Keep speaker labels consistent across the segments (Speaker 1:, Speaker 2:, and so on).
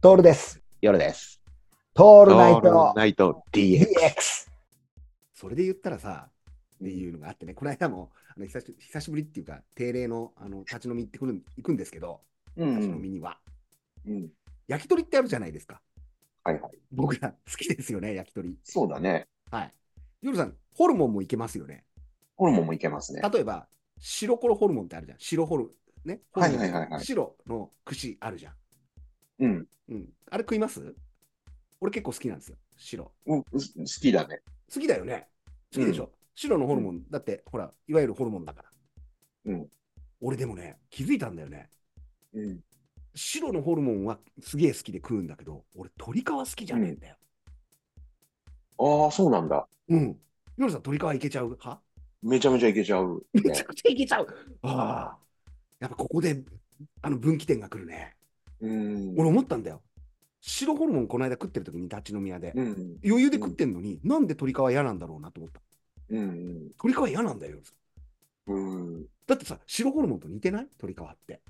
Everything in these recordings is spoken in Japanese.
Speaker 1: トールです。
Speaker 2: 夜です。
Speaker 1: ト
Speaker 2: オ
Speaker 1: ールナイト
Speaker 2: ナイト DX。
Speaker 1: DX。
Speaker 3: それで言ったらさ、っていうのがあってね、この間もあの久し久しぶりっていうか、定例のあの立ち飲み行ってくるん行くんですけど、
Speaker 2: う
Speaker 3: 立ち飲みには。
Speaker 2: うん。
Speaker 3: 焼き鳥ってあるじゃないですか。
Speaker 2: はいはい。
Speaker 3: 僕ら好きですよね、焼き鳥。
Speaker 2: そうだね。
Speaker 3: はい。夜さん、ホルモンもいけますよね。
Speaker 2: ホルモンもいけますね。
Speaker 3: 例えば、白コロホルモンってあるじゃん。白ホル、ね。ホルモン
Speaker 2: はいはいはいはい
Speaker 3: 白の串あるじゃん。
Speaker 2: うん。
Speaker 3: うん。あれ食います俺結構好きなんですよ。白。
Speaker 2: うんす好きだね。
Speaker 3: 好きだよね。好きでしょ。白のホルモン、だって、ほら、いわゆるホルモンだから。
Speaker 2: うん。
Speaker 3: 俺でもね、気づいたんだよね。
Speaker 2: うん。
Speaker 3: 白のホルモンはすげえ好きで食うんだけど、俺、鶏皮好きじゃねえんだよ。
Speaker 2: ああ、そうなんだ。
Speaker 3: うん。夜さん、鶏皮いけちゃう派
Speaker 2: めちゃめちゃいけちゃう、
Speaker 3: めちゃくちゃいけちゃう。ああ。やっぱここで、あの分岐点が来るね。
Speaker 2: うん。
Speaker 3: 俺思ったんだよ。白ホルモンこの間食ってる時に立ち飲み屋で。
Speaker 2: うん。
Speaker 3: 余裕で食ってんのに、なんで鶏皮嫌なんだろうなと思った。
Speaker 2: うん。
Speaker 3: 鶏皮嫌なんだよ。夜さん
Speaker 2: うん。
Speaker 3: だってさ、白ホルモンと似てない鶏皮って。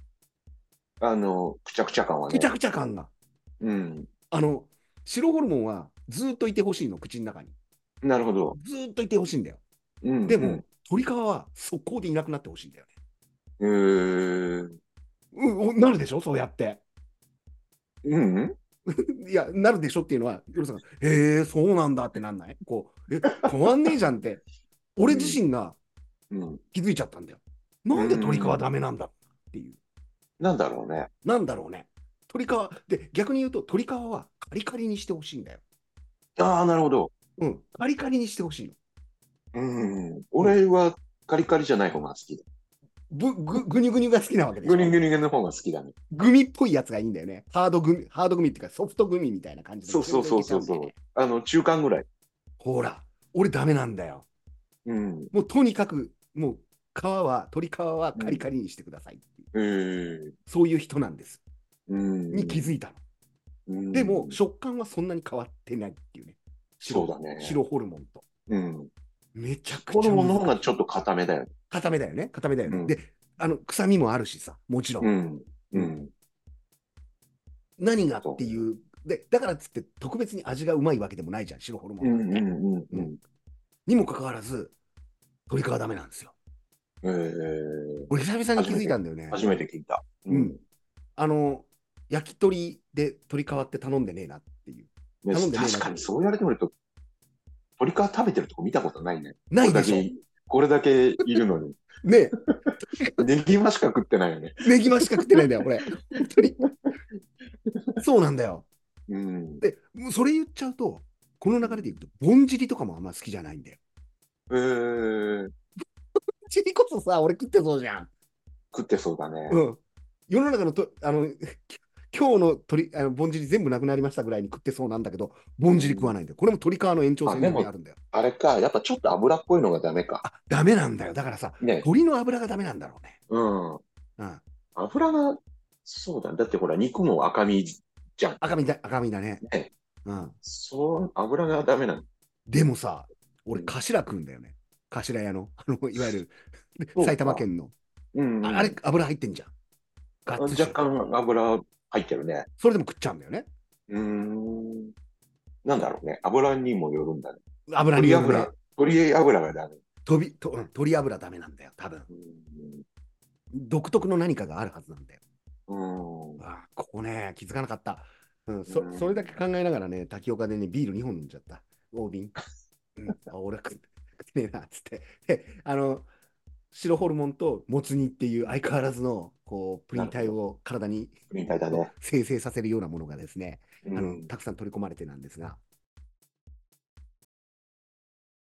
Speaker 2: あの、くちゃくちゃ感はね。
Speaker 3: くちゃくちゃ感が。
Speaker 2: うん。
Speaker 3: あの、白ホルモンはずっといてほしいの、口の中に。
Speaker 2: なるほど。
Speaker 3: ずっといてほしいんだよ。
Speaker 2: うん。
Speaker 3: でも、、鳥皮は速攻でいなくなってほしいんだよね。
Speaker 2: うん。う
Speaker 3: うんお、なるでしょそうやって。
Speaker 2: ーん。うん
Speaker 3: いや、なるでしょっていうのは、ヨルさんが、へえ、そうなんだってなんないこう、え、変わんねえじゃん って、俺自身が
Speaker 2: うん。
Speaker 3: 気づいちゃったんだよ。なんで鳥皮ダメなんだっていう。
Speaker 2: なんだろうね。
Speaker 3: なんだろうね。鳥皮、で、逆に言うと、鳥皮はカリカリにしてほしいんだよ。
Speaker 2: ああ、なるほど。
Speaker 3: うん、カリカリにしてほしいの。
Speaker 2: うん。俺はカリカリじゃない方が好きだ。
Speaker 3: ぶぐぐにゅぐにゅが好きなわけでしょ
Speaker 2: グリングリンの方が好きだね。
Speaker 3: グミっぽいやつがいいんだよね。ハードグミ、ハードグミっていうかソフトグミみたいな感じで
Speaker 2: そうそうそうそうそう。あの、中間ぐらい。
Speaker 3: ほら、俺ダメなんだよ。
Speaker 2: うん。
Speaker 3: もうとにかく、もう皮は、鶏皮はカリカリにしてくださいっていう、
Speaker 2: えー、
Speaker 3: そういう人なんです。
Speaker 2: うん。
Speaker 3: に気づいたの。
Speaker 2: うん
Speaker 3: でも、食感はそんなに変わってないっていうね。白
Speaker 2: そうだね
Speaker 3: 白ホルモンと。
Speaker 2: うん。
Speaker 3: めちゃくちゃ
Speaker 2: ホルモンの方が
Speaker 3: 難しい
Speaker 2: ちょっと固めだよね。
Speaker 3: 固めだよね。固めだよね。
Speaker 2: うん
Speaker 3: で、あの、臭みもあるしさ、もちろん。
Speaker 2: うん。うん。
Speaker 3: 何がっていう。で、だからっつって特別に味がうまいわけでもないじゃん、白ホルモ
Speaker 2: う
Speaker 3: ンなん
Speaker 2: ん。
Speaker 3: て、
Speaker 2: うん。うん。
Speaker 3: にもかかわらず、鶏皮ダメなんですよ。
Speaker 2: えー、
Speaker 3: 俺久々に気づいたんだよね。
Speaker 2: 初めて聞いた。
Speaker 3: うん。。あの、焼き鳥で鶏皮って頼んでねえなっていう。
Speaker 2: ね
Speaker 3: 頼んでねえな
Speaker 2: 確かにそう言われてみると、鳥皮食べてるとこ見たことないね。
Speaker 3: ないでしょ。
Speaker 2: しこれだけいるの に。
Speaker 3: ね
Speaker 2: ネギマしか食ってないよね。
Speaker 3: え、ネギマしか食ってないんだよ、俺。本当に。そうなんだよ。
Speaker 2: うん。
Speaker 3: で、もうそれ言っちゃうと、この流れでいくと、ぼんじりとかもあんま好きじゃないんだよ。
Speaker 2: えー、
Speaker 3: ぼんじりこそさ、俺食ってそうじゃん。
Speaker 2: 食ってそうだね。
Speaker 3: うん。世の中のと、あの、き今日の鳥あのぼんじり全部なくなりましたぐらいに食ってそうなんだけど、ぼんじり食わないんだよ。これも鶏皮の延長線上にあるんだよ。
Speaker 2: あれか、やっぱちょっと脂っこいのがダメか。
Speaker 3: あ、ダメなんだよ。だからさ、
Speaker 2: ね。
Speaker 3: 鶏の脂がダメなんだろうね。
Speaker 2: うん。
Speaker 3: うん。
Speaker 2: 脂が、そうだ。だってほら、肉も赤身じゃん。
Speaker 3: 赤身だ、赤身だね。
Speaker 2: ね
Speaker 3: うん。
Speaker 2: そう、油がダメなの。
Speaker 3: でもさ、俺、頭食うんだよね。頭屋の、あ の、いわゆる
Speaker 2: そうか
Speaker 3: 埼玉県の。
Speaker 2: うん
Speaker 3: ああれ、油入ってんじゃん。ガッツ
Speaker 2: 若
Speaker 3: リ。
Speaker 2: 干油入ってるね。
Speaker 3: それでも食っちゃうんだよね。
Speaker 2: うーん。なんだろうね。油にもよるんだね。
Speaker 3: 油に
Speaker 2: 鶏
Speaker 3: よるね、
Speaker 2: 油、鶏油がダメ。
Speaker 3: 飛び、とうん鶏油ダメなんだよ、多分。独特の何かがあるはずなんだよ。
Speaker 2: うん。うん。
Speaker 3: あここね、気づかなかった。うん、そ
Speaker 2: うん
Speaker 3: それだけ考えながらね、滝岡でね、ビール2本飲んじゃった。大 瓶。うん、あ俺は食って食ってねえな、つって。で、あの、白ホルモンともつ煮っていう相変わらずの、こう、プリン体を体に
Speaker 2: みたいだね。
Speaker 3: 生成させるようなものがですね、
Speaker 2: う
Speaker 3: あ
Speaker 2: ん
Speaker 3: のたくさん取り込まれてなんですが、